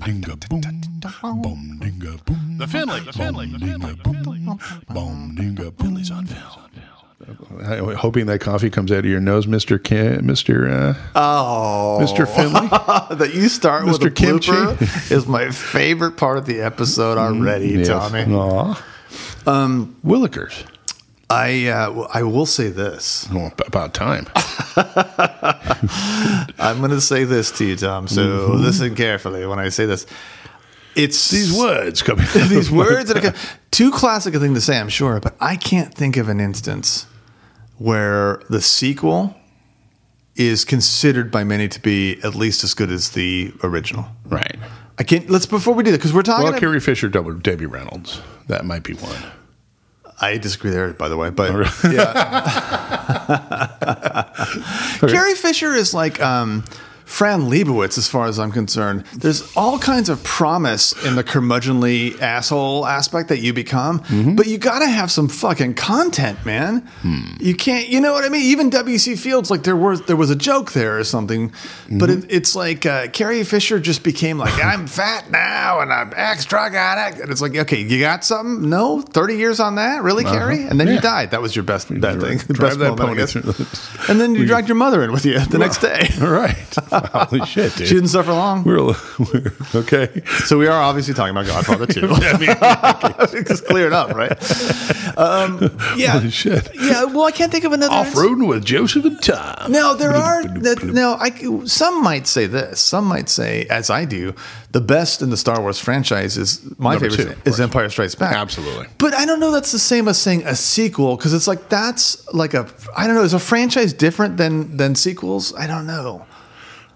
dinga boom, boom dinga boom. The Finley, the Finley, the Finley, the Finley. Boom dinga Finley's on film. I, hoping that coffee comes out of your nose, Mister Kim, Mister uh, Oh, Mister Finley. that you start with Mr. a blooper is my favorite part of the episode already, Mm, Yes. Tommy. Aw. Um, Willikers. I uh, w- I will say this. Well, ab- about time. I'm going to say this to you, Tom. So listen carefully when I say this. It's Mm-hmm. These Oh words coming. these words that are too classic a thing to say, I'm sure, but I can't think of an instance where the sequel is considered by many to be at least as good as the original. Right. I can't. Let's before we do that because we're talking. Well, Carrie Fisher, double Debbie Reynolds. That might be one. I disagree there, by the way, but really? yeah. Carrie Fisher is like um, Fran Lebowitz, as far as I'm concerned. There's all kinds of promise in the curmudgeonly asshole aspect that you become, but you got to have some fucking content, man. You can't, you know what I mean? Even W.C. Fields, like there was there was a joke there or something, but it, it's like uh, Carrie Fisher just became like, I'm fat now and I'm ex drug addict, and it's like, okay, you got something? No, thirty years on that, really, Carrie? And then you Yeah. died. That was your best that Drive- thing. The drive best that moment, I pony guess. through the- And then you dragged your mother in with you the next day. All right. Holy shit, dude. She didn't suffer long. We're, al- we're okay. so we are obviously talking about Godfather too. I mean, Just clear it up, right? Um, yeah. Holy shit. Yeah, well, I can't think of another off instance. roading with Joseph and Tom. Now there are that, now I c- some might say this. Some might say, as I do, the best in the Star Wars franchise is my Number favorite two, of is course. Empire Strikes Back. Absolutely. but I don't know. That's the same as saying a sequel because it's like that's like a I don't know. Is a franchise different than than sequels? I don't know.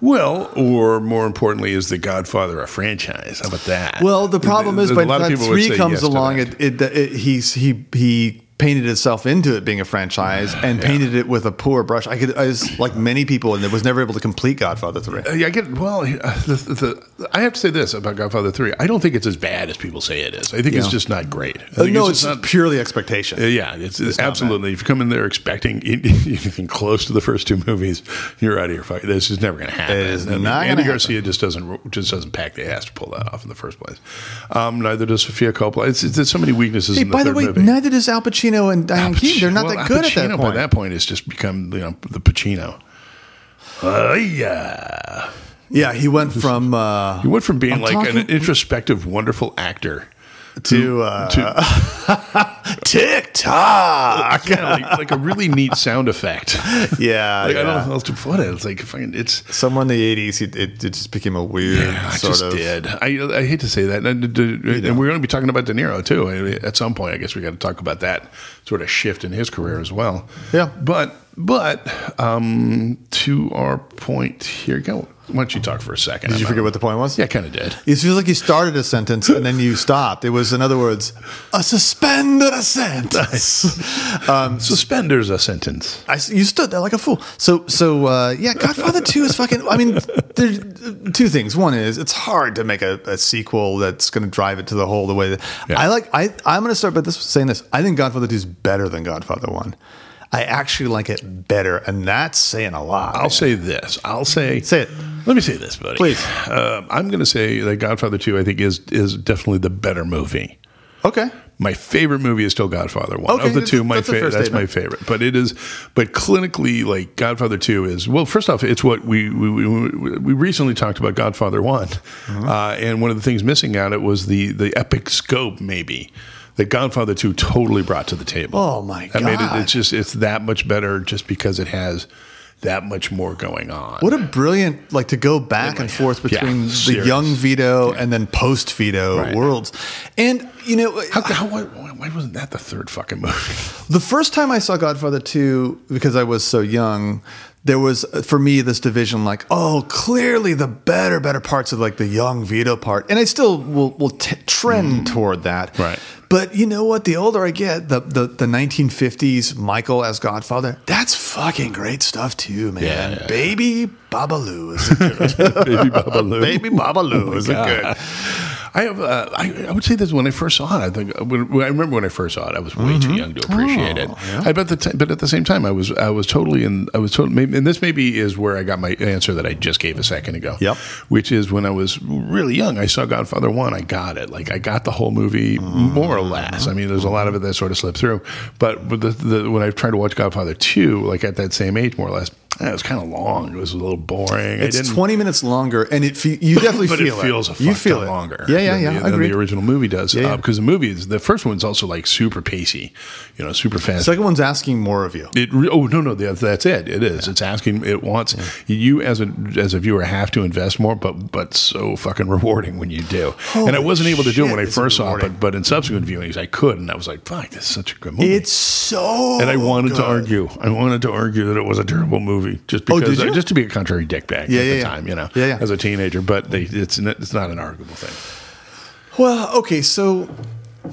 Well, or more importantly, is The Godfather a franchise? How about that? Well, the problem is There's by a lot the of time people would three say comes yes to along, that. it, it, it he's he he painted himself into it being a franchise and painted it with a poor brush. I could I was like many people and was never able to complete Godfather three. Uh, yeah, I get well. uh, The, the, the, I have to say this about Godfather Three. I don't think it's as bad as people say it is. I think Yeah. it's just not great. I Uh, think no, it's, just not- purely expectation. Uh, Yeah, it's, it's absolutely. If you come in there expecting anything close to the first two movies, you're out of your fuck. This is never going to happen. It is I mean, not gonna Andy happen. Garcia just doesn't just doesn't pack the ass to pull that off in the first place. Um, neither does Sofia Coppola. It's, it's, there's so many weaknesses. Hey, in the by the third way, movie. neither does Al Pacino and Al Diane Keaton. They're not Pacino- that good at Al that Pacino point. By that point, it's just become you know the Pacino. Uh, yeah, Yeah, he went from uh, he went from being I'm like an talking- introspective, wonderful actor to, uh, to TikTok. yeah, like, like a really neat sound effect. Yeah, Like, I don't know yeah. how else to put it. It's like fucking. It's somewhere in the '80s, it, it, it just became a weird I sort just of. did. I, I hate to say that, and, and- and- and we're going to be talking about De Niro too at some point. I guess we got to talk about that sort of shift in his career as well. Yeah. but but um, to our point here, go. Why don't you talk for a second? Did you forget what the point was? Yeah, kind of did. It feels like you started a sentence and then you stopped. It was, in other words, a suspended a sentence. Um, Suspenders a sentence. I, you stood there like a fool. So, so uh, yeah, Godfather 2 is fucking. I mean, there's two things. One is it's hard to make a, a sequel that's going to drive it to the whole the way that. Yeah. I like, I, I'm going to start by this, saying this. I think Godfather 2 is better than Godfather 1. I actually like it better, and that's saying a lot. I'll say this. I'll say Say it. Let me say this, buddy. Please. Um, I'm going to say that Godfather Two. I think is is definitely the better movie. okay. My favorite movie is still Godfather One Okay, of the that's- two. My that's a fair favorite. That's my statement. favorite. But it is, but clinically, like Godfather Two is well. First off, it's what we we, we, we recently talked about Godfather One, Uh-huh. uh, and one of the things missing out it was the the epic scope maybe that Godfather Two totally brought to the table. Oh, my That made God. it. It's just it's that much better just because it has that much more going on. What a brilliant like to go back and forth between the serious. young Vito and then post Vito worlds, and you know How, how, why, why wasn't that the third fucking movie? the first time I saw Godfather 2, because I was so young, there was uh, for me this division like, oh, clearly the better, better parts of like the young Vito part. And I still will, will t- trend toward that. Mm-hmm. Right. But you know what? The older I get, the, the, the 1950s Michael as Godfather, that's fucking great stuff too, man. Yeah, yeah, yeah. Baby Babaloo is good. Baby Babaloo. Baby Babaloo is God. good. I have. Uh, I, I would say this when I first saw it. I think when, when I remember when I first saw it, I was way Mm-hmm. too young to appreciate Oh, it. I bet the t- but at the same time, I was I was totally in. I was totally. maybe- And this maybe is where I got my answer that I just gave a second ago. Yep. Which is when I was really young, I saw Godfather One. I got it. Like I got the whole movie more or less. I mean, there's a lot of it that sort of slipped through. But with the, the, when I tried to watch Godfather Two, like at that same age, more or less, eh, it was kind of long. It was a little boring. I It's didn't- 20 minutes longer, and it fe- you definitely but feel it feels a it. fuck you feel ton it longer. Yeah, yeah, than yeah. The, than Agreed. the original movie does. Yeah, yeah. Because the movie is the first one's also like super pacey, you know, super fast. Second one's asking more of you. it re- oh no no that, that's it it is it's asking it wants you as a as a viewer have to invest more but but so fucking rewarding when you do and I wasn't able to do it when I shit, it's first saw it rewarding. but, but in subsequent viewings I could and I was like fuck this is such a good movie It's so. and I wanted to good. argue. I wanted to argue that it was a terrible movie, just Oh, because, did you? just to be a contrary dickbag Yeah, at yeah, the yeah. time, you know, Yeah, yeah. as a teenager. But they, it's n- it's not an arguable thing. Well, okay, so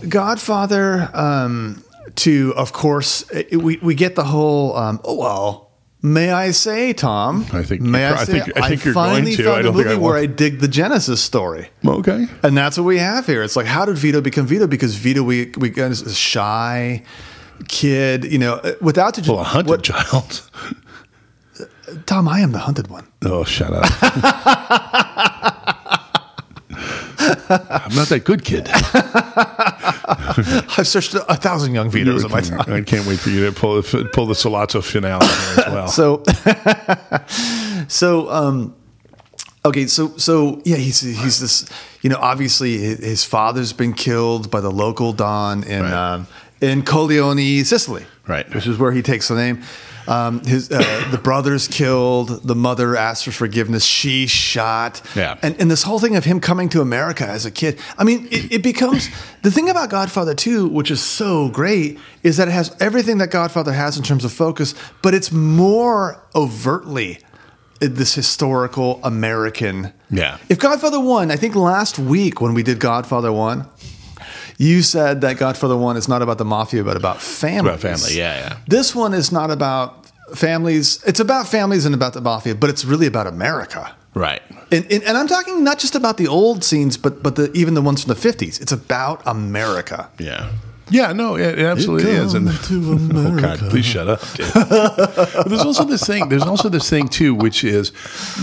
Godfather um, to, of course, it, we we get the whole. Um, oh well, may I say, Tom? I think May you're- I, I say? think- I think you're going finally to. found I don't a think movie I where will. I dig the Genesis story. Okay. And that's what we have here. It's like, how did Vito become Vito? Because Vito, we we got a shy kid, you know, uh, without the Well, a hunted what- child. Tom, I am the hunted one. Oh, shut up. I'm not that good kid. I've searched a thousand young Vitos in my time. I can't wait for you to pull the, pull the Salazzo finale here as well. So, so, um, okay, so, so, yeah, he's, he's this, you know, obviously his, his father's been killed by the local Don in, Right. um, in Colleoni, Sicily. Right. Which is where he takes the name. Um, his, uh, the brother's killed. The mother asks for forgiveness. She shot. Yeah. And, and this whole thing of him coming to America as a kid. I mean, it, it becomes the thing about Godfather 2, which is so great, is that it has everything that Godfather has in terms of focus, but it's more overtly this historical American. Yeah. If Godfather 1, I think last week when we did Godfather 1, you said that Godfather 1 is not about the mafia, but about families. family, yeah, yeah. This one is not about families. It's about families and about the mafia, but it's really about America. Right. And, and, and I'm talking not just about the old scenes, but but the, even the ones from the 50s. It's about America. Yeah. Yeah, no, it, it absolutely is. And to Oh God! America. Please shut up. dude. But there's also this thing. There's also this thing too, which is,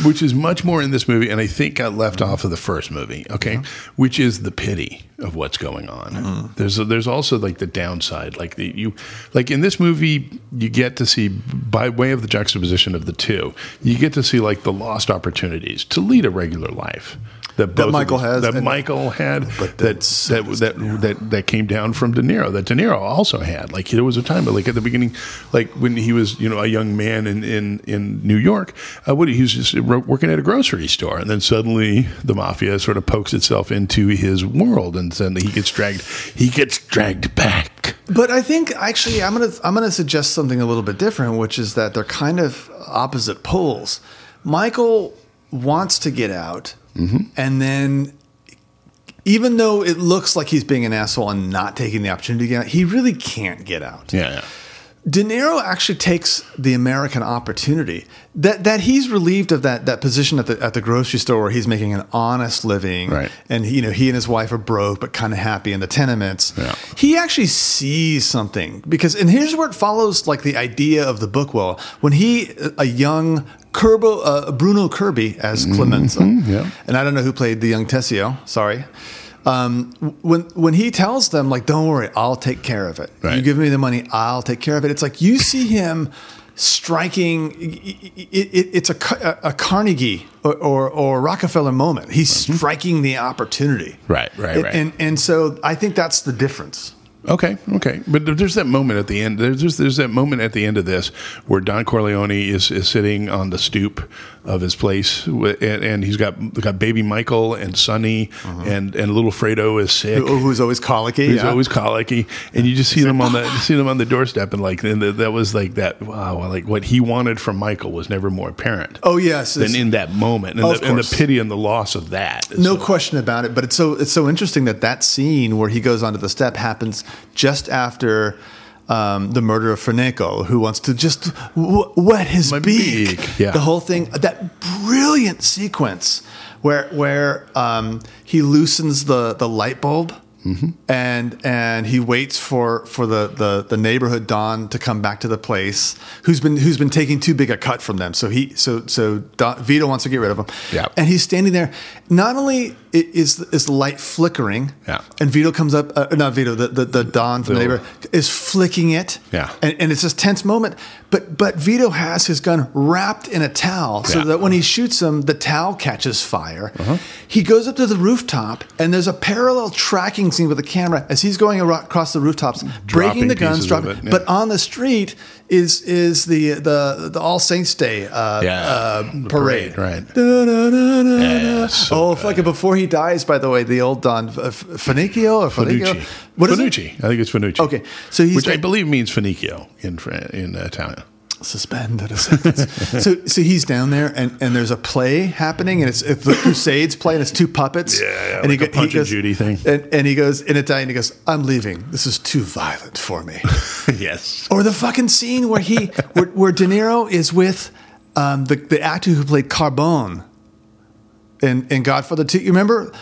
which is much more in this movie, and I think got left off of the first movie. Okay, which is the pity of what's going on. Hmm. There's there's also like the downside, like the you, like in this movie, you get to see by way of the juxtaposition of the two, you get to see like the lost opportunities to lead a regular life. That, both of Michael us- has That and- Michael had. that But that's- that that that that came down from De Niro. That De Niro also had. Like there was a time, like at the beginning, like when he was you know a young man in in in New York, uh, what he was just ro- working at a grocery store, and then suddenly the mafia sort of pokes itself into his world, and suddenly he gets dragged. He gets dragged back. But I think actually I'm gonna I'm gonna suggest something a little bit different, which is that they're kind of opposite poles. Michael wants to get out, Mm-hmm. and then even though it looks like he's being an asshole and not taking the opportunity to get out, he really can't get out. Yeah. De Niro actually takes the American opportunity that that he's relieved of that that position at the at the grocery store where he's making an honest living, Right. And he, you know he and his wife are broke but kind of happy in the tenements. Yeah. He actually sees something because and here's where it follows like the idea of the book. Well, when he a young Kerbo, uh, Bruno Kirby as Clemenza, Mm-hmm. yeah. and I don't know who played the young Tessio. Sorry. Um, when when he tells them like, "Don't worry, I'll take care of it. You Right. give me the money, I'll take care of it." It's like you see him striking. It, it, it's a, Ca- a Carnegie or, or, or Rockefeller moment. He's striking the opportunity. Mm-hmm. Right, right, And- right. And and so I think that's the difference. Okay, okay, but there- there's that moment at the end. There's there's, there's that moment at the end of this where Don Corleone is, is sitting on the stoop of his place, wi- and, and he's got got baby Michael and Sonny, and and little Fredo is sick. Who- Who's always colicky? He's Uh-huh. Oh, yeah. always colicky, and you just see them on the you see them on the doorstep, and like and that that was like that. Wow, like what he wanted from Michael was never more apparent Oh yes. than it's- in that moment, and, Of the, and the course. pity and the loss of that. is No so- question about it. But it's so it's so interesting that that scene where he goes onto the step happens just after um, the murder of Ferneco, who wants to just w- wet his My beak. beak, yeah. The whole thing, that brilliant sequence where where um, he loosens the the light bulb. Mm-hmm. And and he waits for, for the, the, the neighborhood Don to come back to the place who's been who's been taking too big a cut from them. So he so so Don, Vito wants to get rid of him. Yeah. And he's standing there. Not only i- is is the light flickering. Yeah. And Vito comes up. Uh, not Vito. The the, the Don from the Vito. neighbor is flicking it. Yeah. And, and it's this tense moment. But but Vito has his gun wrapped in a towel so Yeah. Uh-huh. that when he shoots him, the towel catches fire. He goes up to the rooftop, and there's a parallel tracking scene with the camera as he's going aro- across the rooftops, breaking the guns, pieces of dropping. it, yeah. But on the street is is the the, the All Saints Day uh, Yeah. uh, parade. right? Da-da-da-da-da. Yeah, it's so oh, good. fucking before he dies, by the way, the old Don uh, F- Fanicchio or Fanicchio? Fanucci. What is it? Fanucci. I think it's Fanucci. Okay, so he's which I like- believe means Fenicio in Fran- in Italian. suspended a sentence. so, so he's down there, and, and there's a play happening, and it's, it's the Crusades play, and it's two puppets. Yeah, yeah, and like a Punch and Judy thing. And, and he goes in Italian. He goes, "I'm leaving. This is too violent for me." yes. or the fucking scene where he, where, where De Niro is with um, the the actor who played Carbone in in Godfather Two. You remember?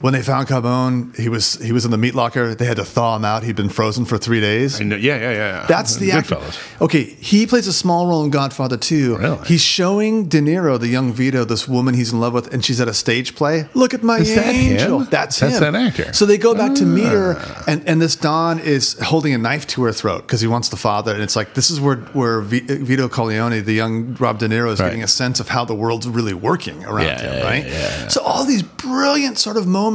When they found Carbone, he was he was in the meat locker. They had to thaw him out. He'd been frozen for three days. I know- yeah, yeah, yeah. yeah. That's the actor. Goodfellas. Okay, he plays a small role in Godfather 2. Really? He's showing De Niro, the young Vito, this woman he's in love with, and she's at a stage play. Look at my Is that angel. him? That's him. That's that actor. Ah. So they go back to meet her, and, and this Don is holding a knife to her throat because he wants the father. And it's like, this is where, where Vi- uh, Vito Corleone, the young Rob De Niro, is Right. getting a sense of how the world's really working around Yeah, him, yeah, right? yeah, yeah. So all these brilliant sort of moments,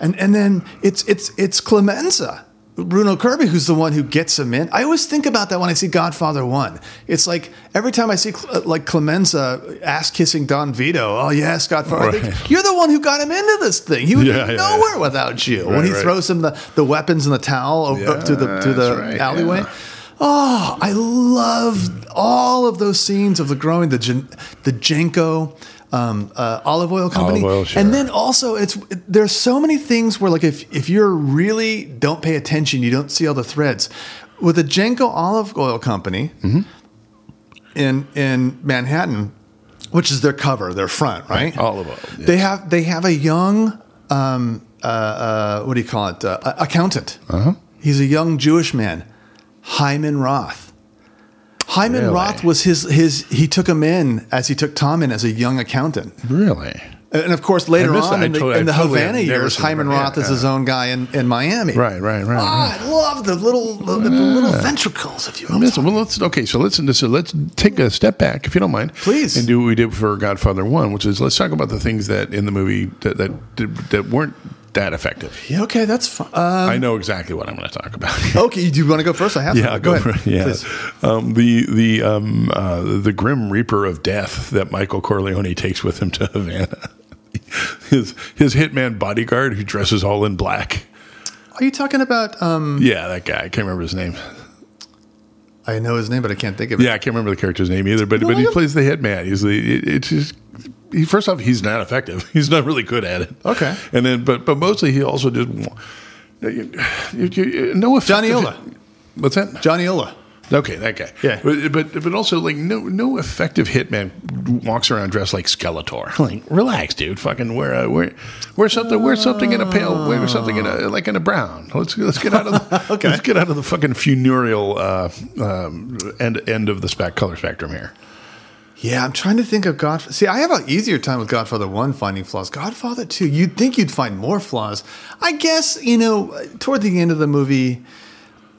and and then it's it's it's Clemenza, Bruno Kirby, who's the one who gets him in. I always think about that when I see Godfather One. It's like every time I see Cl- uh, like Clemenza ass kissing Don Vito. Oh yes, Godfather, I think, Right. you're the one who got him into this thing. He would Yeah, be yeah, nowhere without you. when Right, he right. throws him the, the weapons and the towel over, up to the to the That's right, alleyway. yeah. Oh, I love all of those scenes of the growing the Gen- the Jenko um, uh, olive oil company, Olive oil, sure. and then also it's there's so many things where like if if you're really don't pay attention, you don't see all the threads with the Jenko olive oil company Mm-hmm. in in Manhattan, which is their cover, their front, right? Olive oil, yeah. They have they have a young um, uh, uh, what do you call it? Uh, a- accountant. Uh-huh. He's a young Jewish man, Hyman Roth. Hyman Really? Roth was his his. He took him in as he took Tom in as a young accountant. Really? And of course, later missed on that. I in the, totally- in I the totally Havana have never years, seen Hyman that. Roth Yeah, is his yeah. own guy in, in Miami. Right, right, right. right. Ah, I love the little the, the little ventricles, if you will. Listen, well, let's okay. So let's so let's take a step back, if you don't mind, Please. and do what we did for Godfather One, which is let's talk about the things that in the movie that that did- that weren't that effective. Yeah, okay, that's fine. Uh, I know exactly what I'm going to talk about. okay, do you want to go first? I have. Yeah, some. go, ahead. for it. Yeah, Please. um, the the um, uh, the grim reaper of death that Michael Corleone takes with him to Havana. his his hitman bodyguard who dresses all in black. Are you talking about? Um, Yeah, that guy. I can't remember his name. I know his name, but I can't think of it. Yeah, I can't remember the character's name either. But No, but I he don't- plays the hitman. He's the it, it's just. He, first off, he's not effective. He's not really good at it. Okay. and then but but mostly he also just you, you, you, no effective. Johnny Ola. What's that? Johnny Ola. Okay, that guy. Yeah. but but, but also like no no effective hitman walks around dressed like Skeletor. Like relax, dude. Fucking wear a wear wear something wear something in a pale wear something in a like in a brown. Let's let's get out of the, Okay. let's get out of the fucking funereal uh, um, end end of the spec color spectrum here. Yeah, I'm trying to think of God. See, I have an easier time with Godfather One finding flaws. Godfather Two, you'd think you'd find more flaws. I guess you know toward the end of the movie,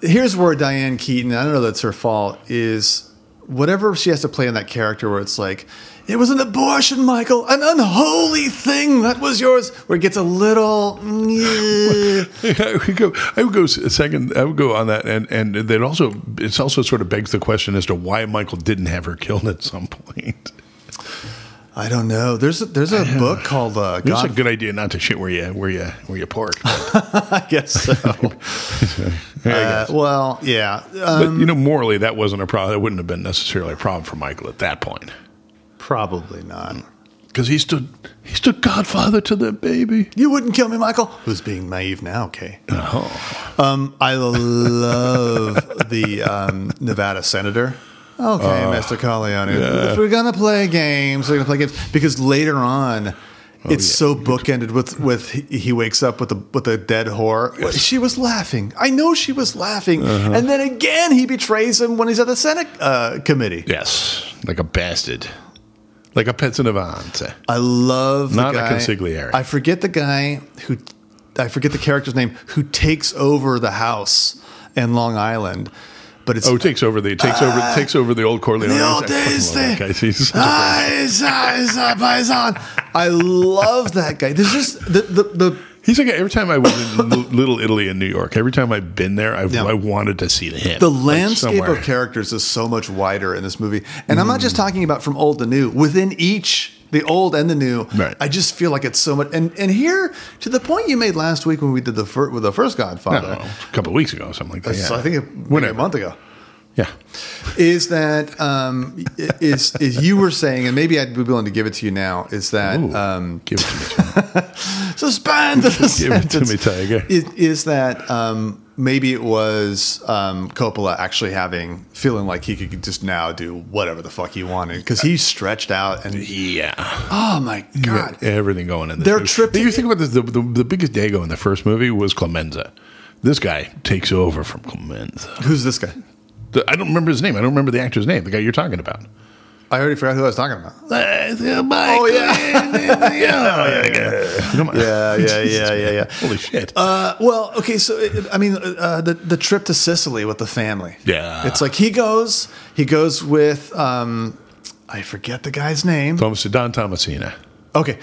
here's where Diane Keaton. I don't know that's her fault. Is whatever she has to play in that character where it's like. It was an abortion, Michael, an unholy thing that was yours. Where it gets a little. mm, yeah. I would go. I would go s- second. I would go on that, and and that also it's also sort of begs the question as to why Michael didn't have her killed at some point. I don't know. There's a, there's a book called uh, It's a God. good idea not to shit where you where you where you pork. I guess so. Uh, well, yeah. But Um, you know, morally, that wasn't a problem. That wouldn't have been necessarily a problem for Michael at that point, probably not. because he stood he stood godfather to that baby. You wouldn't kill Oh, me, Michael. Who's being naive now, Kay? Um, I love the um, Nevada senator. Uh, Okay, Mr. Corleone, if we're gonna play games, we're gonna play games because later on. It's so bookended with with he he wakes up with a with a dead whore. She was laughing. I know she was laughing. And then again, he betrays him when he's at the Senate uh, committee. Yes, like a bastard, like a Pezzanavante. I love the Not a guy- consigliere. I forget the guy who I forget the character's name who takes over the house in Long Island, but it's Oh, it takes over the it takes over Ah! it takes over the old Corleone. the old I fucking days love that thing. guy. He's such a great- Ah, it's, ah, it's, ah, Paisan. I love that guy. There's just the the, the He's like every time I was in L- Little Italy and New York. Every time I've been there, I've, Yeah. I wanted to see him. the like, landscape somewhere. Mm. of characters is so much wider in this movie, and I'm not just talking about from old to new. Within each, the old and the new, Right. I just feel like it's so much. And and here to the point you made last week when we did the fir- with the first I Godfather. don't know, a couple of weeks ago, something like that. It's- yeah. I think it, maybe a Whenever. month ago. yeah. Is that um, i- is is you were saying, and maybe I'd be willing to give it to you now. Is that Ooh, um, give it to me. suspend? The Give it to me, sentence. Tiger. Is, is that um, maybe it was um, Coppola actually having feeling like he could just now do whatever the fuck he wanted because he stretched out and Yeah, oh my You god, got everything going in. This They're movie. tripping- You think about this: the, the, the biggest dago in the first movie was Clemenza. This guy takes over from Clemenza. who's this guy? The- I don't remember his name. I don't remember the actor's name. The guy you're talking about. I already forgot who I was talking about. Oh yeah, yeah. Come on. Yeah, yeah, yeah, yeah, yeah. Holy shit. Uh, well, okay, so it, I mean, uh, the the trip to Sicily with the family. Yeah. it's like he goes, he goes with, um, I forget the guy's name. Thomas Don Tomasina. Okay,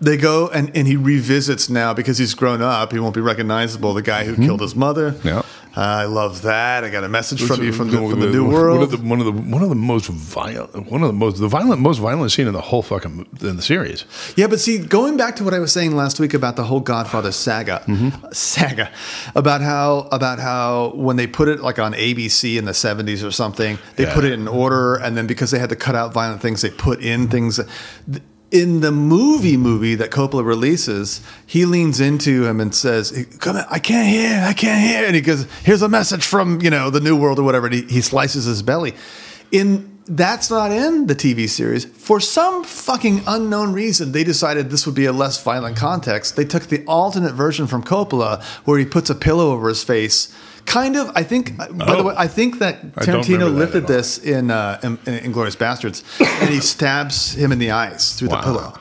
they go and and he revisits now because he's grown up. He won't be recognizable. The guy who killed his mother. Mm-hmm. Yeah. uh, Uh, I love that. I got a message from you from the, One from of the New One World. of the one of the one of the most violent, one of the most the violent, most violent scene in the whole fucking in the series. Yeah, but see, going back to what I was saying last week about the whole Godfather saga, Mm-hmm. saga, about how about how when they put it like on ABC in the seventies or something, they Yeah. put it in order, and then because they had to cut out violent things, they put in things. In the movie, movie that Coppola releases, he leans into him and says, "Come, on, I can't hear, I can't hear," and he goes, "Here's a message from you know the New World or whatever." And he, he slices his belly. In that's not in the TV series. For some fucking unknown reason, they decided this would be a less violent context. They took the alternate version from Coppola, where he puts a pillow over his face. Kind of, I think. By the Oh. way, I think that I don't remember Tarantino that lifted at all. this in uh, in, in Inglorious Bastards, and he stabs him in the eyes through the pillow.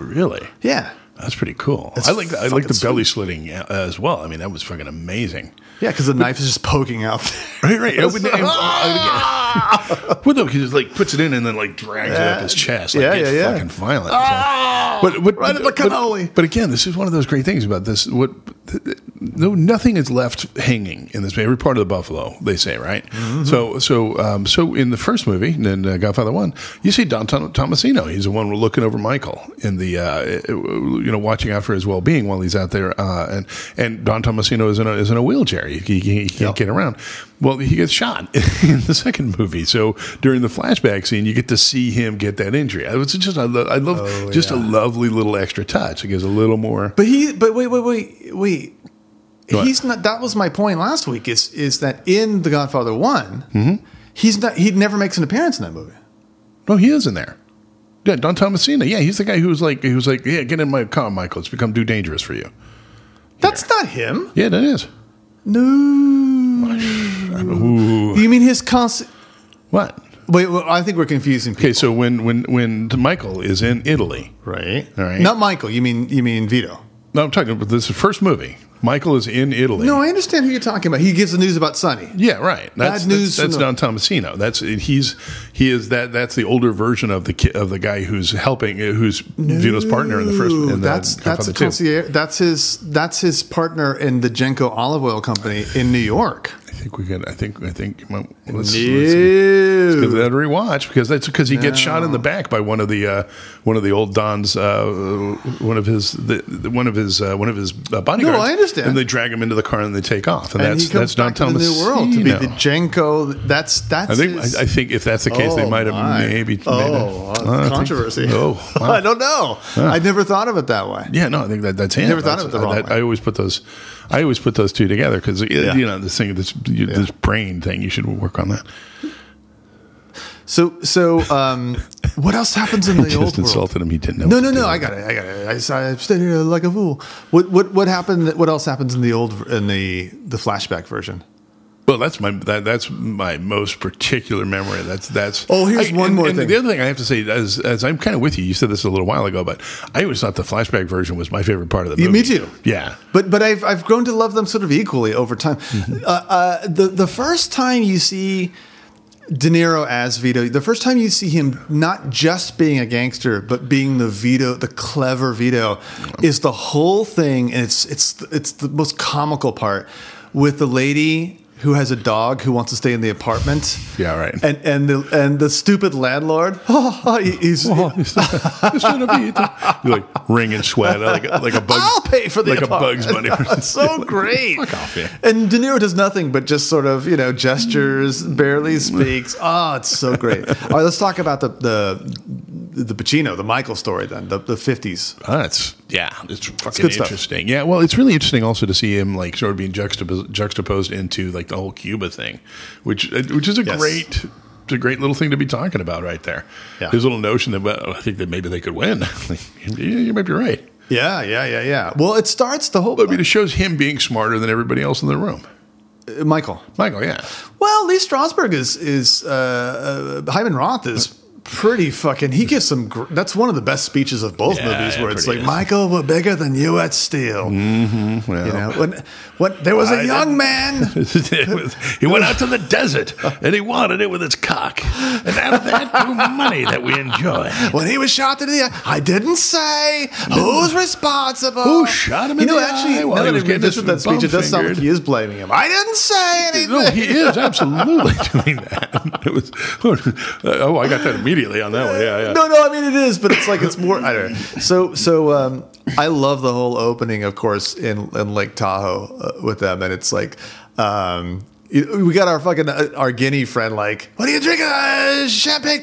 Really? Yeah, That's pretty cool. It's I like I like fucking the sweet. belly slitting uh, as well. I mean, that was fucking amazing. yeah, because the knife is just poking out. Right, right. It would- and- Well, no, because like puts it in and then like drags it up his chest. Like, Ah! Yeah, it's yeah, yeah. Fucking Ah! violent. so. but, but, right at the but- cannoli. But, again, this is one of those great things about this. What no, nothing is left hanging in this. Every part of the buffalo, they say, right? Mm-hmm. So, so, um, so in the first movie, in uh, Godfather One, you see Don Tom- Tomasino. He's the one looking over Michael in the, uh, you know, watching out for his well being while he's out there. Uh, and and Don Tomasino is in a is in a wheelchair. He, he, he can't Yep. get around. Well, he gets shot in the second movie. So during the flashback scene, you get to see him get that injury. It was just I love, I love just a lovely little extra touch. It gives a little more. But he, but wait, wait, wait, wait. What? He's not. That was my point last week. Is is that in The Godfather One? Mm-hmm. He's not. He never makes an appearance in that movie. No, he is in there. Yeah, Don Tomasino. Yeah, he's the guy who was like, he was like, yeah, get in my car, Michael. It's become too dangerous for you. That's not him. Yeah, that is. No. Ooh. You mean his constant? What? Wait, well, I think we're confusing people. Okay, so when when when Michael is in Italy, Right. All right. Not Michael. You mean you mean Vito? no, I'm talking about this first movie. Michael is in Italy. No, I understand who you're talking about. He gives the news about Sonny. Yeah, right. That's news That's, that's from Don Tomasino. That's he's he is that that's the older version of the ki- of the guy who's helping uh, who's Vito's partner in the first. In the Ooh, that's that's Godfather a two. concierge. That's his that's his partner in the Genko Olive Oil Company in New York. I think we can. I think I think well, let's, let's give Ew. that a rewatch because that's because he gets shot in the back by one of the uh, one of the old Don's uh, one of his the, the- one of his uh, one of his uh, bodyguards. I understand. And they drag him into the car and they take off. And, And that's he that's comes Don back to the New World to be the Tomasino. Genko. That's that's. I think his- I, I think if that's the case, they Oh, might have my. maybe. Oh, maybe- I uh, think- controversy. oh, wow. I don't know. I never thought of it that way. Yeah, no, I think that that's him. Never thought That's- of it the wrong that- way. I always put those, I always put those two together because Yeah. you know this thing that's you, this brain thing. You should work on that. So so um, what else happens in I the just old world? insulted him. He didn't know. No, what no, to no! do. I got it. I got it. I, s- I stayed here like a fool. What, what, what happened? What else happens in the old, in the the flashback version? Well, that's my that, that's my most particular memory. That's that's. Oh, here's I- one and- more and thing. The other thing I have to say, as as I'm kind of with you, you said this a little while ago, but I always thought the flashback version was my favorite part of the Yeah, movie. me too. Yeah. But but I've I've grown to love them sort of equally over time. Mm-hmm. Uh, uh, the the first time you see De Niro as Vito, the first time you see him not just being a gangster but being the Vito, the clever Vito, is the whole thing, and it's it's it's the most comical part with the lady. Who has a dog who wants to stay in the apartment? Yeah, right. And and the and the stupid landlord. he- he's, Oh, it's it's gonna be it's a- you like wring and sweat like like a bug. I'll pay for the like apartment. a Bugs Bunny. That's so great. Fuck off, yeah. And De Niro does nothing but just sort of, you know, gestures, barely speaks. Oh, it's so great. All right, let's talk about the the the Pacino, the Michael story then, the the fifties. Oh, that's yeah, it's fucking good stuff. interesting. Yeah, well, it's really interesting also to see him like sort of being juxtapos- juxtaposed into like the whole Cuba thing, which uh, which is a Yes. great. It's a great little thing to be talking about right there. Yeah. His little notion that well, I think that maybe they could win. Like, yeah, you might be right. Yeah, yeah, yeah, yeah. Well, it starts the whole But I mean, it shows him being smarter than everybody else in the room. uh, Michael. Michael, yeah, Well, Lee Strasberg is is uh, uh, Hyman Roth is pretty fucking. He gives some. Gr- that's one of the best speeches of both Yeah, movies, where it it's like pretty is. Michael, we're bigger than you at Steel. well, You know, when, what there was a Mm-hmm. I- young man. It was- he went out to the desert and he wanted it with his cock, and out of that grew money that we enjoy. When he was shot in the eye, I didn't say who's responsible. Who shot him in you know, the actually, eye while now he that was I revisit getting that speech, it does sound like bum-fingered? he is blaming him. I didn't say anything. No, he is absolutely doing that. It was oh, I got that immediately on that one. Yeah, yeah. No, no, I mean it is, but it's like it's more. I don't know. So, so um, I love the whole opening, of course, in in Lake Tahoe uh, with them, and it's like. Um, you- we got our fucking uh, our Guinea friend like, what are you drinking? Uh, champagne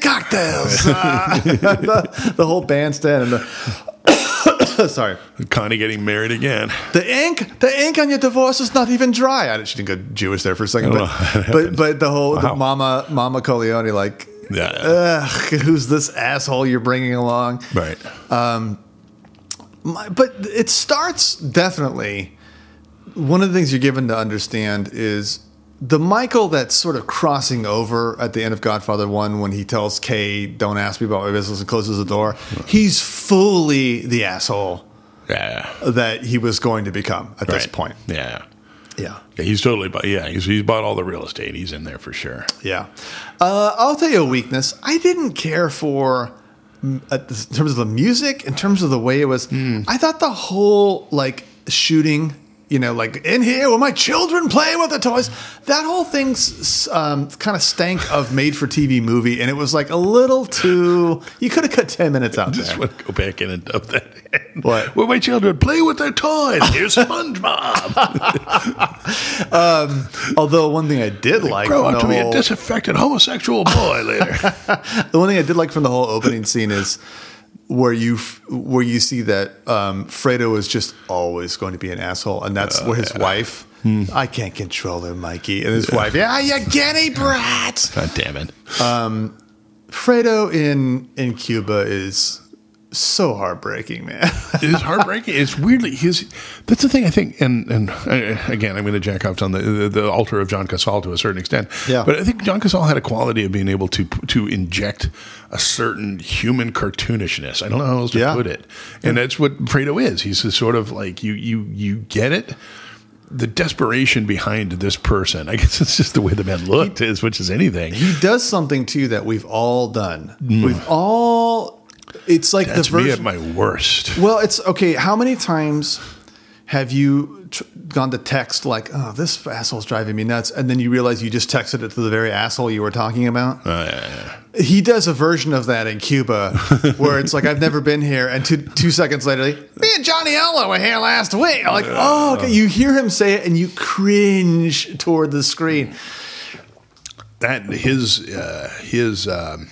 cocktails. Uh, the, the whole bandstand and the sorry, Connie getting married again. The ink, the ink on your divorce is not even dry. I she didn't go Jewish there for a second, I but don't know how Oh, that but, happened. but the whole the Wow. Mama Mama Corleone like, Yeah. ugh, who's this asshole you're bringing along? Right. My- but it starts definitely. One of the things you're given to understand is the Michael that's sort of crossing over at the end of Godfather One when he tells Kay, "Don't ask me about my business," and closes the door. He's fully the asshole Yeah. that he was going to become at this Right. point. Yeah. Yeah. Yeah, he's totally bought. Yeah, he's, he's bought all the real estate. He's in there for sure. Yeah. Uh, I'll tell you a weakness. I didn't care for, mm, at the, in terms of the music, in terms of the way it was. Hmm. I thought the whole like shooting, you know, like in here where my children play with the toys, that whole thing's um, kind of stank of made for TV movie. And it was like a little too, you could have cut 10 minutes out Just there. want to go back in and dub that. In. What? Well, my children play with their toys. Here's SpongeBob. Although one thing I did like, Grow from up the to be a whole- disaffected homosexual boy later. the one thing I did like from the whole opening scene is where you f- where you see that um, Fredo is just always going to be an asshole, and that's where his wife. Hmm. I can't control her, Mikey, and his wife. Yeah, you guinea brat. God damn it. Fredo in in Cuba is so heartbreaking, man. it is heartbreaking. It's weirdly his. That's the thing I think, and and uh, again, I'm going to jack off on the, the the altar of John Casal to a certain extent. Yeah. But I think John Casal had a quality of being able to to inject a certain human cartoonishness. I don't know how else to Yeah. put it, and that's what Fredo is. He's this sort of like you you you get it. The desperation behind this person, I guess it's just the way the man looked, as much as anything. he does something too that we've all done. We've all. It's like That's the version. Hmm. me at my worst. Well, it's okay. How many times have you tr- gone to text like, "Oh, this asshole's driving me nuts," and then you realize you just texted it to the very asshole you were talking about? Uh, yeah, yeah. He does a version of that in Cuba, where it's like, "I've never been here," and two, two seconds later, like, me and Johnny Ella were here last week. I'm like, oh, Uh. okay. you hear him say it and you cringe toward the screen. that his uh, his um,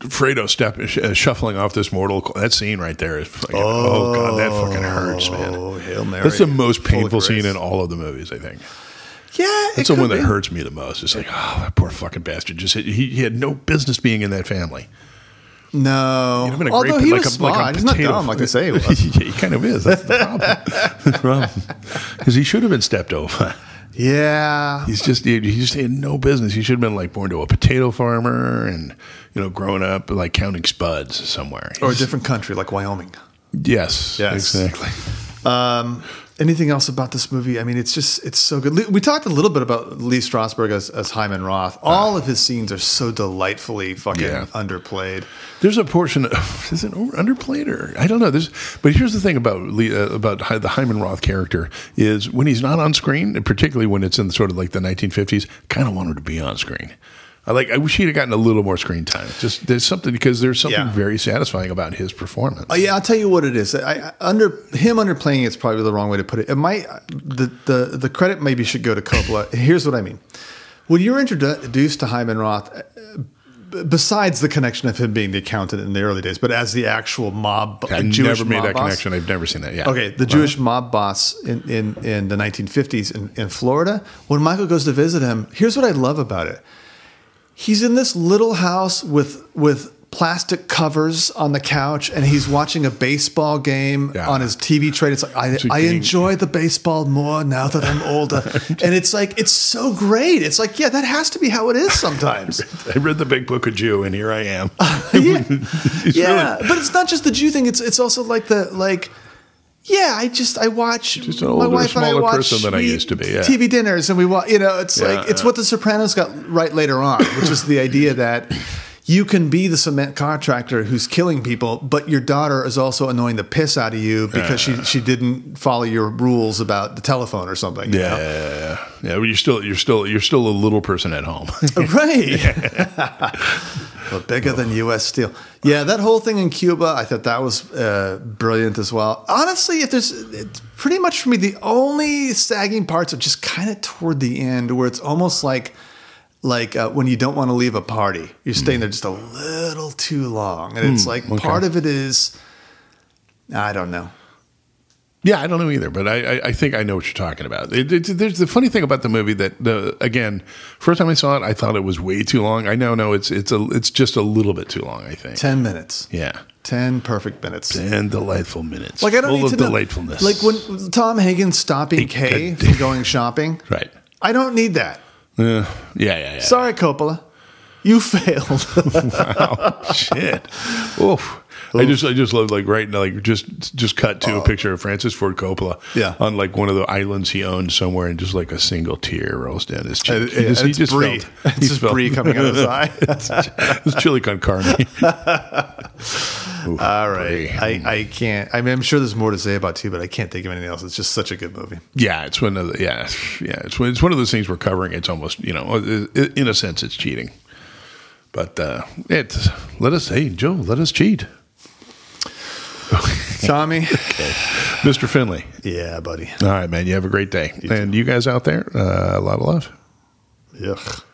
Fredo step uh, shuffling off this mortal. Co- That scene right there is fucking, oh, god, that fucking hurts, man. Oh, Hail Mary. That's the most Full of painful grace. scene in all of the movies, I think. Yeah, That's it the one could that be. hurts me the most. It's like, oh, that poor fucking bastard. Just he, he had no business being in that family. No, I've been a although great- he like was a- like a smart. He's not potato. dumb like they say he was. yeah, he kind of is. That's the problem. the problem. Because he should have been stepped over. yeah, He's just he, he just had no business. He should have been like born to a potato farmer and you know growing up like counting spuds somewhere. or a different country like Wyoming. yes, Yes. exactly. Um, anything else about this movie? I mean, it's just it's so good. Le- We talked a little bit about Lee Strasberg as, as Hyman Roth. All of his scenes are so delightfully fucking Yeah. underplayed. There's a portion of is it over- underplayed or I don't know. There's but here's the thing about Lee, uh, about Hy- the Hyman Roth character is when he's not on screen, and particularly when it's in sort of like the 1950s, kind of want him to be on screen. I like. I wish he'd have gotten a little more screen time. Just there's something because there's something Yeah. very satisfying about his performance. Uh, yeah, I'll tell you what it is. I, I- under him underplaying it's probably the wrong way to put it. It might the the the credit maybe should go to Coppola. Here's what I mean. When you're introduced to Hyman Roth, uh, b- besides the connection of him being the accountant in the early days, but as the actual mob, I Jewish never made mob that boss- connection. I've never seen that. Yeah. Okay, the Jewish mob boss in, in, in the 1950s in, in Florida, when Michael goes to visit him, here's what I love about it. He's in this little house with with plastic covers on the couch and he's watching a baseball game Yeah. on his TV tray. It's like I, a I game. enjoy the baseball more now that I'm older. and it's like it's so great. It's like, yeah, that has to be how it is sometimes. I read the Big Book of Jew, and here I am. yeah, It's yeah. really- but it's not just the Jew thing. It's it's also like the like. Yeah, I just I watch Just an older, smaller person than I we used to be, yeah. TV dinners and we watch. You know, it's like it's yeah. what The Sopranos got right later on, which is the idea that you can be the cement contractor who's killing people, but your daughter is also annoying the piss out of you because she she didn't follow your rules about the telephone or something. you Yeah, know? yeah, yeah. But you're still, you're still, you're still a little person at home. Right. Oh, well, bigger than U.S. Steel. Yeah, that whole thing in Cuba, I thought that was uh, brilliant as well. Honestly, if there's it's pretty much for me, the only sagging parts are just kind of toward the end, where it's almost like like uh, when you don't want to leave a party, you're staying there just a little too long, and Hmm, it's like part of it is I don't know. yeah, I don't know either, but I, I, I think I know what you're talking about. It, it, there's the funny thing about the movie that the again, first time I saw it, I thought it was way too long. I now know it's it's a it's just a little bit too long. I think. Ten minutes. Yeah, Ten perfect minutes. and delightful minutes. Like I don't full need of to know- delightfulness. Like when Tom Higgins stopping Kay could- from going shopping. right. I don't need that. Uh, yeah, yeah, yeah. Sorry, Coppola. You failed. wow, shit. Oof. I just I just love like right now like just just cut to a picture of Francis Ford Coppola Oh. Yeah. on like one of the islands he owned somewhere and just like a single tear rolls down his cheek. And- and it's Brie. It's just Brie coming out of his eye. it's chili con carne. All right. I, I can't. I mean, I'm sure there's more to say about two, but I can't think of anything else. It's just such a good movie. yeah, it's one of the, yeah yeah it's one, it's one of those things we're covering. It's almost you know i- in a sense it's cheating, but uh, it's let us hey Joe let us cheat, Tommy. Mister Finley. yeah, buddy. All right, man. You have a great day. and you guys out there, uh, a lot of love. Ugh.